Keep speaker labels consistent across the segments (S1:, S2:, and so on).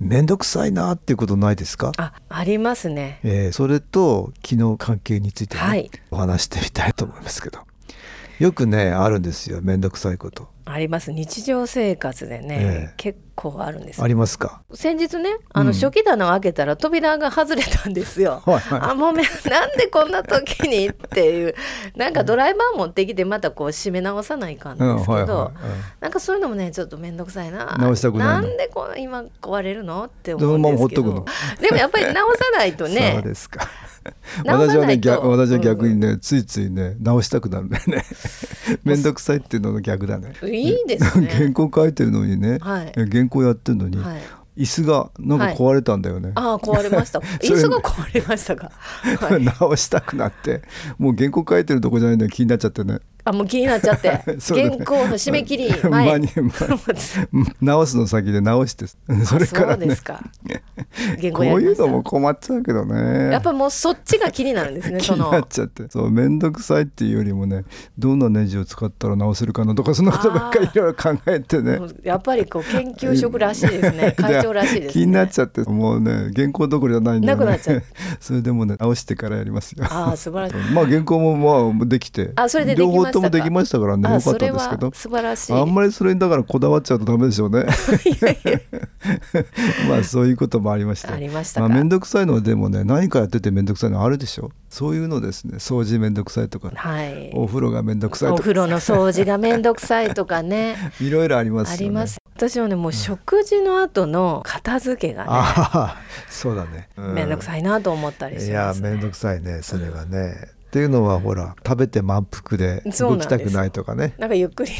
S1: めんどくさいなっていうことないですか
S2: あ、ありますね。
S1: えーそれと気の関係について、ね
S2: はい
S1: お話してみたいと思いますけどよくねあるんですよめんどくさいこと
S2: あります。日常生活でね、
S1: ええ
S2: 結構あるんです
S1: あ。りますか
S2: 先日ね、あ
S1: う
S2: の
S1: ん
S2: 初期棚を開けたら扉が外れたんですよ。
S1: はいはい
S2: あ、もうめ、なんでこんな時にっていう、なんかドライバー持ってきてまたこう締め直さないかんですけど、
S1: うんはいはいうん
S2: なんかそういうのもね、ちょっと面倒くさいな。
S1: 直したくないの
S2: んでこう今壊れるのって
S1: そ
S2: 思
S1: の
S2: うん
S1: ま
S2: で
S1: ますほっ
S2: け
S1: と
S2: ど。
S1: くの
S2: でもやっぱり直さない と
S1: そう
S2: ね、
S1: ですか
S2: 直
S1: 私
S2: さ
S1: は
S2: な
S1: ね
S2: いと
S1: 逆私は逆に
S2: うん
S1: ね、ついついね直したくな るんだよねめんどくさいっていうのの逆だね
S2: いいで すね
S1: 原稿書いてるのにね、
S2: はい
S1: 原稿やってるのに、
S2: はい
S1: 椅子がなんか壊れたんだよね、
S2: ああ壊れました。
S1: そ
S2: 椅
S1: れ
S2: 子が壊れましたか。はい、
S1: 直したくなってもう原稿書いてるとこじゃないのに気になっちゃってね
S2: あもう気になっちゃって、
S1: そうだ
S2: 原
S1: ね
S2: 稿の締め切り
S1: 間
S2: 前。
S1: に直すの先で直してそれから
S2: そうで
S1: ね
S2: すか。原
S1: こ
S2: 稿
S1: う
S2: やり
S1: い
S2: ま
S1: う
S2: した
S1: のも困っちゃうけどね
S2: やっぱもうそっちが気になるんですね。
S1: 気
S2: そ
S1: になっ
S2: の
S1: ちゃってそう面倒くさいっていうよりもねどんなネジを使ったら直せるかなとかそんなことばっかりいろいろ考えてね
S2: もうやっぱりこう研究職らしいで すね。会長らしいです
S1: 気
S2: ね。
S1: になっちゃってもうね原稿どころじゃないんだよね
S2: なくなっちゃう
S1: それでもね直してからやりますよ
S2: ああ素晴らしい。
S1: まあ原稿もまあできて
S2: あそれででき
S1: 両
S2: ま
S1: 方
S2: したか
S1: ともできましたからね
S2: あ
S1: 良かっ
S2: そ
S1: た
S2: れ
S1: んですけど
S2: は素晴らしい。
S1: あんまりそれにだからこだわっちゃうとダメでしょうね。 まあそういうこともありまして。
S2: ありましたか
S1: あ面倒くさいのはでもね何かやってて面倒くさいのあるでしょ。そういうのですね掃除面倒くさいとか、
S2: はい。
S1: お風呂が面倒くさい
S2: お
S1: とか
S2: 風呂の掃除がめんどくさいとかね。
S1: いろい ろありますよ
S2: あ
S1: ね。
S2: ります。私はねもう食事の後の片付けがね。
S1: ああそうだね。う
S2: めんどく
S1: い
S2: さいなと思ったり
S1: い
S2: し
S1: や
S2: ます、ね。
S1: 面倒くさいねそれはね。っていうのはほら食べて満腹で
S2: そう
S1: 動
S2: なんで
S1: き
S2: す
S1: たくないとかね。
S2: なんかゆっくりね。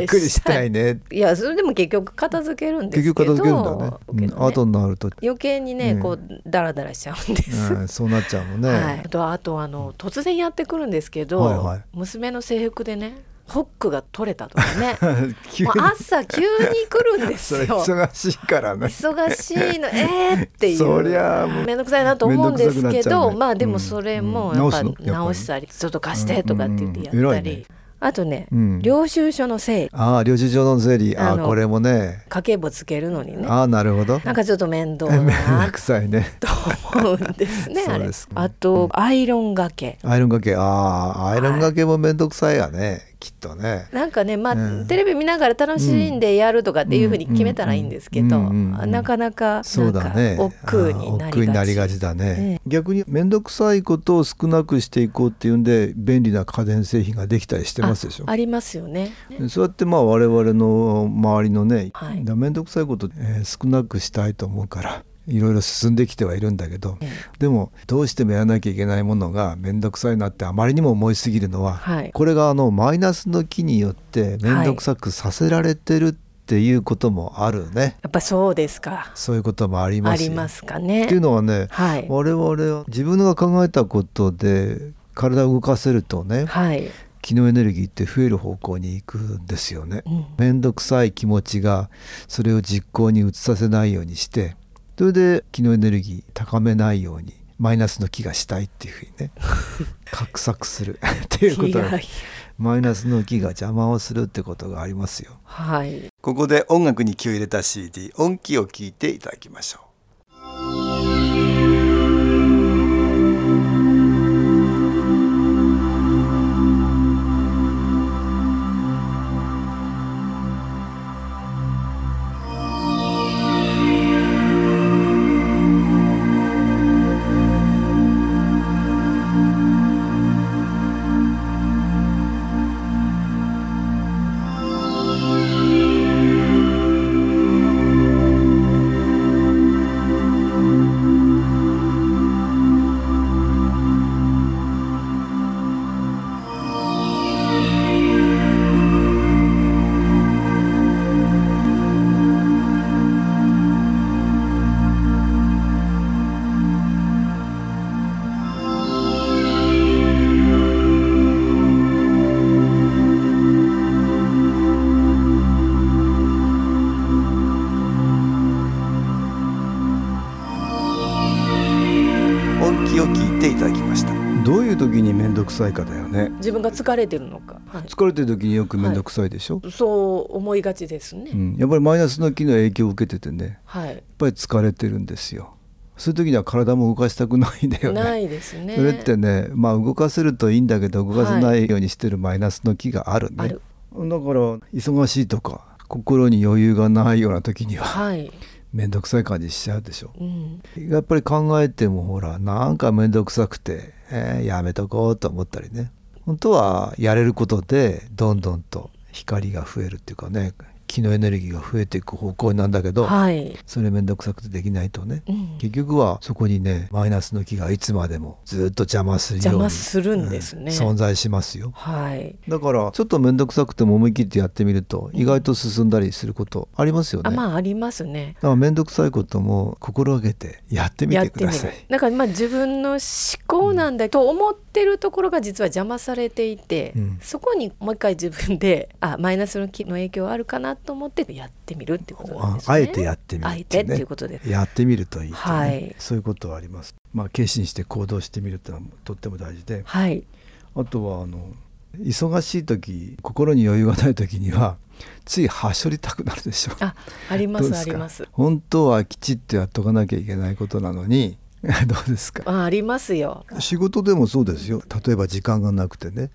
S1: ゆっくりしたいね。
S2: いやそれでも結局片付けるんで
S1: 結
S2: すけど
S1: 局片付けるんだよね。
S2: け
S1: うん
S2: どね
S1: 後にな ると、
S2: 余計にね、
S1: うん
S2: こうダラダラしちゃうんです、
S1: うん、そうなっちゃうもんね。
S2: はい、あとはあとあの突然やってくるんですけど、
S1: はいはい
S2: 娘の制服でねホックが取れたとかね
S1: 急に
S2: もう朝急に来るん で
S1: そ
S2: す
S1: れ
S2: よ
S1: 忙しいからね
S2: 忙しいのえーっていう
S1: そりゃあもう
S2: めんどくさいなと思うんです
S1: めんど
S2: け
S1: くさくなっちゃう
S2: ど、
S1: ね
S2: まあでもそれも
S1: うん
S2: やっぱ
S1: 直すのやっぱり
S2: 直したりちょっと貸してとかって言ってやったり、
S1: うんうんうん偉いね
S2: あとね、
S1: うん
S2: 領収書の整理
S1: ああ領収書の整理ああ
S2: あの
S1: これもね
S2: 家計簿つけるのにね
S1: ああなるほど
S2: なんかちょっと面 倒だ
S1: めん
S2: な
S1: どくさいね
S2: と思うんですね
S1: そう
S2: あれ
S1: です
S2: あとアイロンがけ
S1: アイロンがけああアイロンがけもめんどくさいやね、きっとね
S2: なんかねまあ、
S1: うん
S2: テレビ見ながら楽しんでやるとかっていうふうに決めたらいいんですけど、
S1: うんうんうん
S2: なかなか
S1: そうだね
S2: なんか億劫に
S1: あ
S2: な
S1: あ
S2: り
S1: 億劫にな
S2: が
S1: り
S2: ち
S1: がちだね
S2: え、
S1: 逆に面倒くさいことを少なくしていこうっていうんで便利な家電製品ができたりしてますでしょ
S2: あありますよね
S1: そうやってまあ我々の周りのね、
S2: は
S1: 面
S2: い
S1: 倒めんどくさいこと、えー少なくしたいと思うからいろいろ進んできてはいるんだけど、
S2: え
S1: でもどうしてもやらなきゃいけないものが面倒くさいなってあまりにも思いすぎるのは、
S2: はい
S1: これがあのマイナスの気によって面倒くさくさせられてるっていうこともあるね、
S2: やっぱそうですか
S1: そういうこともあり
S2: あ
S1: ますよ
S2: りますか
S1: っ
S2: ね
S1: ていうのはね、
S2: はい
S1: 我々は自分が考えたことで体を動かせるとね、
S2: はい、
S1: 気のエネルギーって増える方向に行くんですよね。
S2: うん
S1: めんどくさい気持ちがそれを実行に移させないようにしてそれで気のエネルギー高めないようにマイナスの気がしたいっていうふうに ね画策する っていうこと
S2: いや
S1: が
S2: いや
S1: マイナスの気が邪魔をするってことがありますよ。
S2: はい
S1: ここで音楽に気を入れた CD 音気を聞いていただきましょう。
S3: 「
S1: ていただきましたどういう時に面倒くさいかだよね
S2: 自分が疲れてるのか、はい
S1: 疲れてる時によく面倒くさいでしょ、
S2: そう思いがちですね、
S1: うん、やっぱりマイナスの気の影響を受けててねやっ
S2: はい
S1: ぱり疲れてるんですよそういう時には体も動かしたくないんだよね
S2: ないですね
S1: それってねまあ動かせるといいんだけど動かせないようにしてるマイナスの気があるね、
S2: あ
S1: だ
S2: る
S1: から忙しいとか心に余裕がないような時には
S2: はい、
S1: 面倒くさい感じしちゃうでしょ
S2: うん、
S1: やっぱり考えてもほらなんか面倒くさくて、えーやめとこうと思ったりね本当はやれることでどんどんと光が増えるっていうかね気のエネルギーが増えていく方向なんだけど、
S2: はい、
S1: それ面倒くさくてできないとね、
S2: うん、
S1: 結局はそこにねマイナスの気がいつまでもずっと邪魔するように
S2: 邪魔するんですね、
S1: 存在しますよ
S2: はい
S1: だからちょっと面倒くさくても思い切ってやってみると意外と進んだりすることありますよね、
S2: あまあありますね
S1: だから面倒くさいことも心がけてやってみ
S2: や
S1: て
S2: っ
S1: く
S2: てみ
S1: だ
S2: る
S1: さい
S2: だからまあ自分の思考なんだと思ってるところが実は邪魔されていて、
S1: うん
S2: そこにもう一回自分であマイナスの気の影響あるかなと思ってやってみるってことな
S1: あ
S2: んですね
S1: あえてやってみる
S2: あ
S1: っ
S2: え
S1: て
S2: て
S1: い
S2: っ
S1: う
S2: ていう
S1: ね
S2: ことで
S1: やってみるといいとね、
S2: はい
S1: そういうことはありますまあ決心して行動してみるってのはとっても大事で
S2: はい
S1: あとはあの忙しい時心に余裕がない時にはついはしょりたくなるでしょ
S2: あありま
S1: どう
S2: す
S1: ですか
S2: あります
S1: 本当はきちっとやっとかなきゃいけないことなのに どうですか
S2: あありますよ
S1: 仕事でもそうですよ例えば時間がなくてね、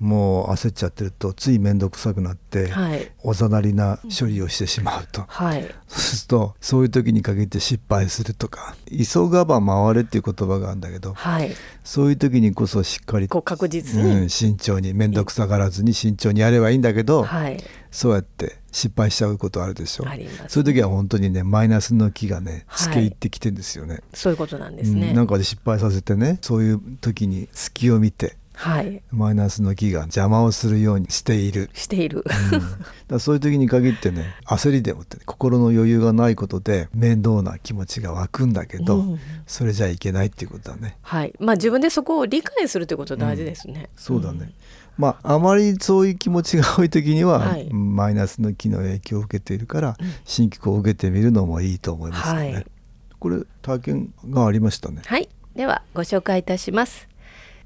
S1: もう焦っちゃってるとつい面倒くさくなって、
S2: はい
S1: おざなりな処理をしてしまうと、
S2: はい
S1: そうするとそういう時に限って失敗するとか「急がば回れ」っていう言葉があるんだけど
S2: はい
S1: そういう時にこそしっかり
S2: こう確実
S1: う
S2: に、
S1: ん、慎重に面倒くさがらずに慎重にやればいいんだけど、
S2: はい
S1: そうやって失敗しちゃうことあるでしょ
S2: あります
S1: そういう時は本当にねマイナスの気がね
S2: はい
S1: 付け入ってきてんですよね、
S2: そういうことなんです
S1: う
S2: ね、
S1: んなんかで失敗させてねそういう時に隙を見て
S2: はい
S1: マイナスの気が邪魔をするようにしている
S2: している、
S1: うんだからそういう時に限ってね焦りでもってね、心の余裕がないことで面倒な気持ちが湧くんだけど、
S2: うん
S1: それじゃいけないっていうことだね。
S2: はいまあ自分でそこを理解するということ大事ですね、
S1: そうだね、まああまりそういう気持ちが多い時には、
S2: はい
S1: マイナスの気の影響を受けているから新機構を受けてみるのもいいと思いますよね。
S2: はい
S1: これ体験がありましたね。
S2: はい、ではご紹介いたします。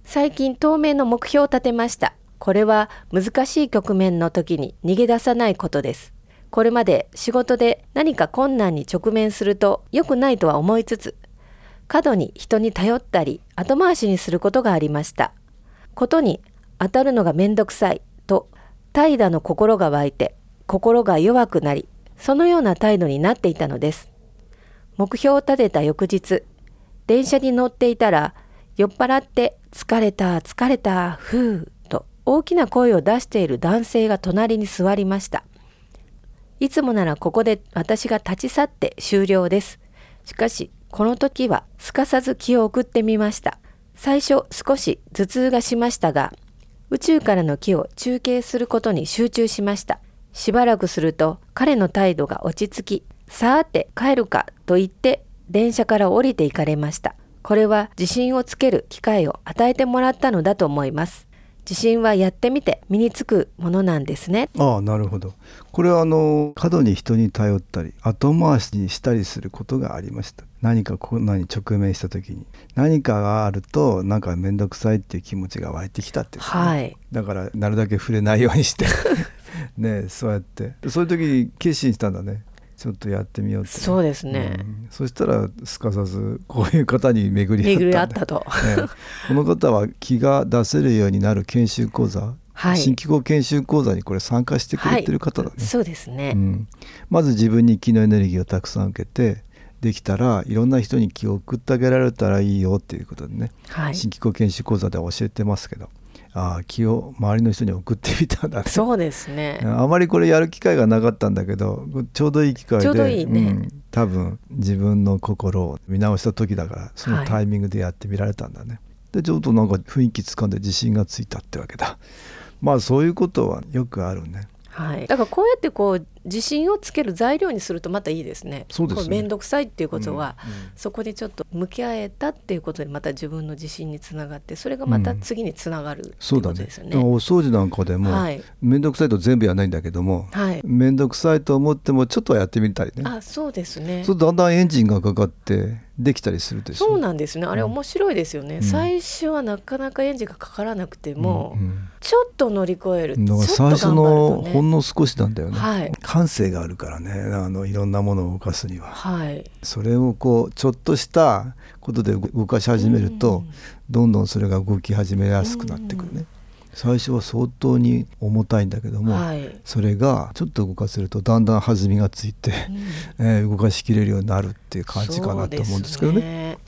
S2: 最近当面の目標を立てました。これは難しい局面の時に逃げ出さないことです。これまで仕事で何か困難に直面すると良くないとは思いつつ、過度に人に頼ったり後回しにすることがありました。ことに当たるのがめんどくさいと怠惰の心が湧いて心が弱くなりそのような態度になっていたのです。目標を立てた翌日電車に乗っていたら酔っ払って「疲れた疲れたふう」と大きな声を出している男性が隣に座りましたいつもならここで私が立ち去って終了ですしかしこの時はすかさず気を送ってみました最初少し頭痛がしましたが宇宙からの木を中継することに集中しましたしばらくすると彼の態度が落ち着きさーて帰るかと言って電車から降りて行かれましたこれは自信をつける機会を与えてもらったのだと思います自信はやってみて身につくものなんですね
S1: ああなるほどこれはあの過度に人に頼ったり後回しにしたりすることがありました何か困難に直面した時に何かがあるとなんか面倒くさいっていう気持ちが湧いてきたっていうことね、
S2: はい
S1: だからなるだけ触れないようにして ねそうやってそういう時に決心したんだねちょっとやってみようってね、
S2: そうですね
S1: うんそしたらすかさずこういう方に巡り
S2: 巡り合
S1: 合っ
S2: った
S1: んだ
S2: たと
S1: ええこの方は気が出せるようになる研修講座、
S2: はい
S1: 新機構研修講座にこれ参加してく
S2: は
S1: れ
S2: い
S1: てる方だね、
S2: そうですね、
S1: うん、まず自分に気のエネルギーをたくさん受けてできたらいろんな人に気を送ってあげられたらいいよっていうことでね、
S2: はい
S1: 新機構研修講座では教えてますけどああ気を周りの人に送ってみたんだね
S2: そうですね
S1: あまりこれやる機会がなかったんだけどちょうどいい機会で
S2: ちょうどいいね
S1: うん多分自分の心を見直した時だからそのタイミングでやってみられたんだね、でちょっとなんか雰囲気つかんで自信がついたってわけだまあそういうことはよくあるね
S2: はい、だからこうやってこう自信をつける材料にするとまたいいですね。
S3: そうですね
S2: こ面倒くさいっていうことは、
S3: うんうん
S2: そこにちょっと向き合えたっていうことでまた自分の自信につながってそれがまた次につながるって
S3: そ
S2: いうう
S3: だ
S2: こと
S3: ね
S2: ですよ
S3: だか
S2: ね。
S3: らお掃除なんかでも
S2: はい
S3: 面倒、くさいと全部やらないんだけども
S2: はい、
S3: 面倒、くさいと思ってもちょっとはやってみたりね
S2: あそうですね
S3: そうするとだんだんエンジンがかかってできたりするでしょ
S2: そうなんですねあれ
S3: うん
S2: 面白いですよね、
S3: うん
S2: 最初はなかなかエンジンがかからなくても、
S3: うん
S2: ちょっと乗り越える
S3: だから
S2: ちょ
S3: 最
S2: っと
S3: 初
S2: 頑張
S3: のほ
S2: るとね
S3: んの少しなんだよね、
S2: はい
S1: 感性があるからねあのいろんなものを動かすには
S2: はい
S3: それをこうちょっとしたことで動かし始めると、
S2: うん
S3: どんどんそれが動き始めやすくなってくるね、最初は相当に重たいんだけども、
S2: はい、
S3: それがちょっと動かせるとだんだん弾みがついて、 えー動かしきれるようになるっていう感じかなと思うんですけどね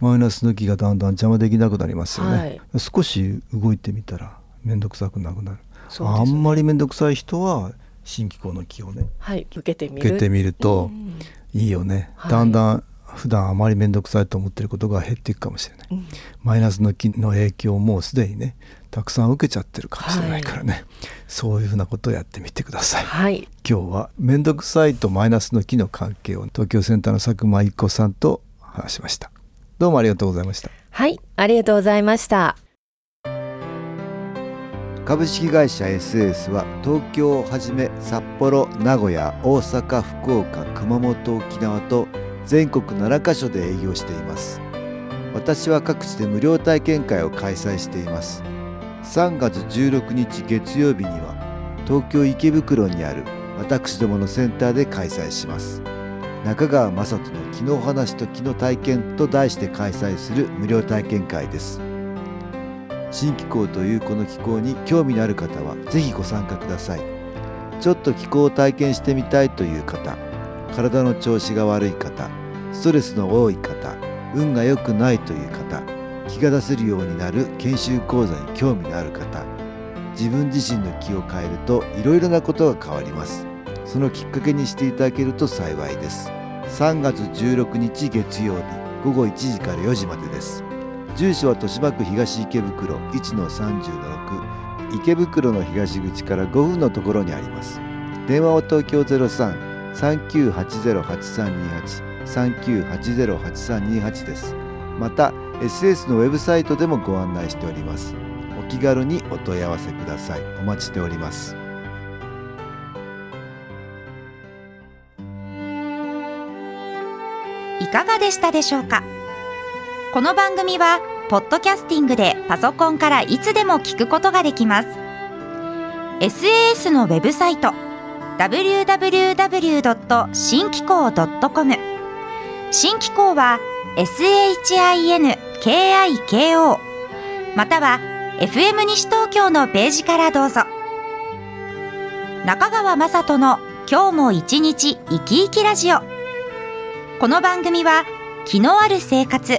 S3: マイナスの気がだんだん邪魔できなくなりますよね、
S2: はい
S3: 少し動いてみたら面倒くさくなくなる、
S2: そうですね
S3: あんまり面倒くさい人は新機構の気をね
S2: はい受けてみる
S3: 受けてみると
S2: うん
S3: いいよね、
S2: はい
S3: だんだん普段あまり面倒くさいと思ってることが減っていくかもしれない、
S2: うん
S3: マイナスの気の影響をもうすでにねたくさん受けちゃってるかもしれないからね、そういうふうなことをやってみてください
S2: はい
S3: 今日は面倒くさいとマイナスの気の関係を東京センターの佐久間一子さんと話しましたどうもありがとうございました
S2: はいありがとうございました
S1: 株式会社 SS は東京をはじめ札幌名古屋大阪福岡熊本沖縄と全国7カ所で営業しています私は各地で無料体験会を開催しています3月16日月曜日には東京池袋にある私どものセンターで開催します中川雅人の「気の話と気の体験」と題して開催する無料体験会です新機構というこの機構に興味のある方はぜひご参加くださいちょっと気候を体験してみたいという方体の調子が悪い方ストレスの多い方運が良くないという方気が出せるようになる研修講座に興味のある方自分自身の気を変えるといろいろなことが変わりますそのきっかけにしていただけると幸いです3月16日月曜日午後1時から4時までです住所は豊島区東池袋1の36池袋の東口から5分のところにあります電話は東京03-3980-8328 3980-8328ですまた SS のウェブサイトでもご案内しておりますお気軽にお問い合わせくださいお待ちしております
S4: いかがでしたでしょうかこの番組はポッドキャスティングでパソコンからいつでも聞くことができます SAS のウェブサイト www. 機構 .com 新機構は SHINKIKO または FM 西東京のページからどうぞ中川雅人の今日も一日生き生きラジオこの番組は気のある生活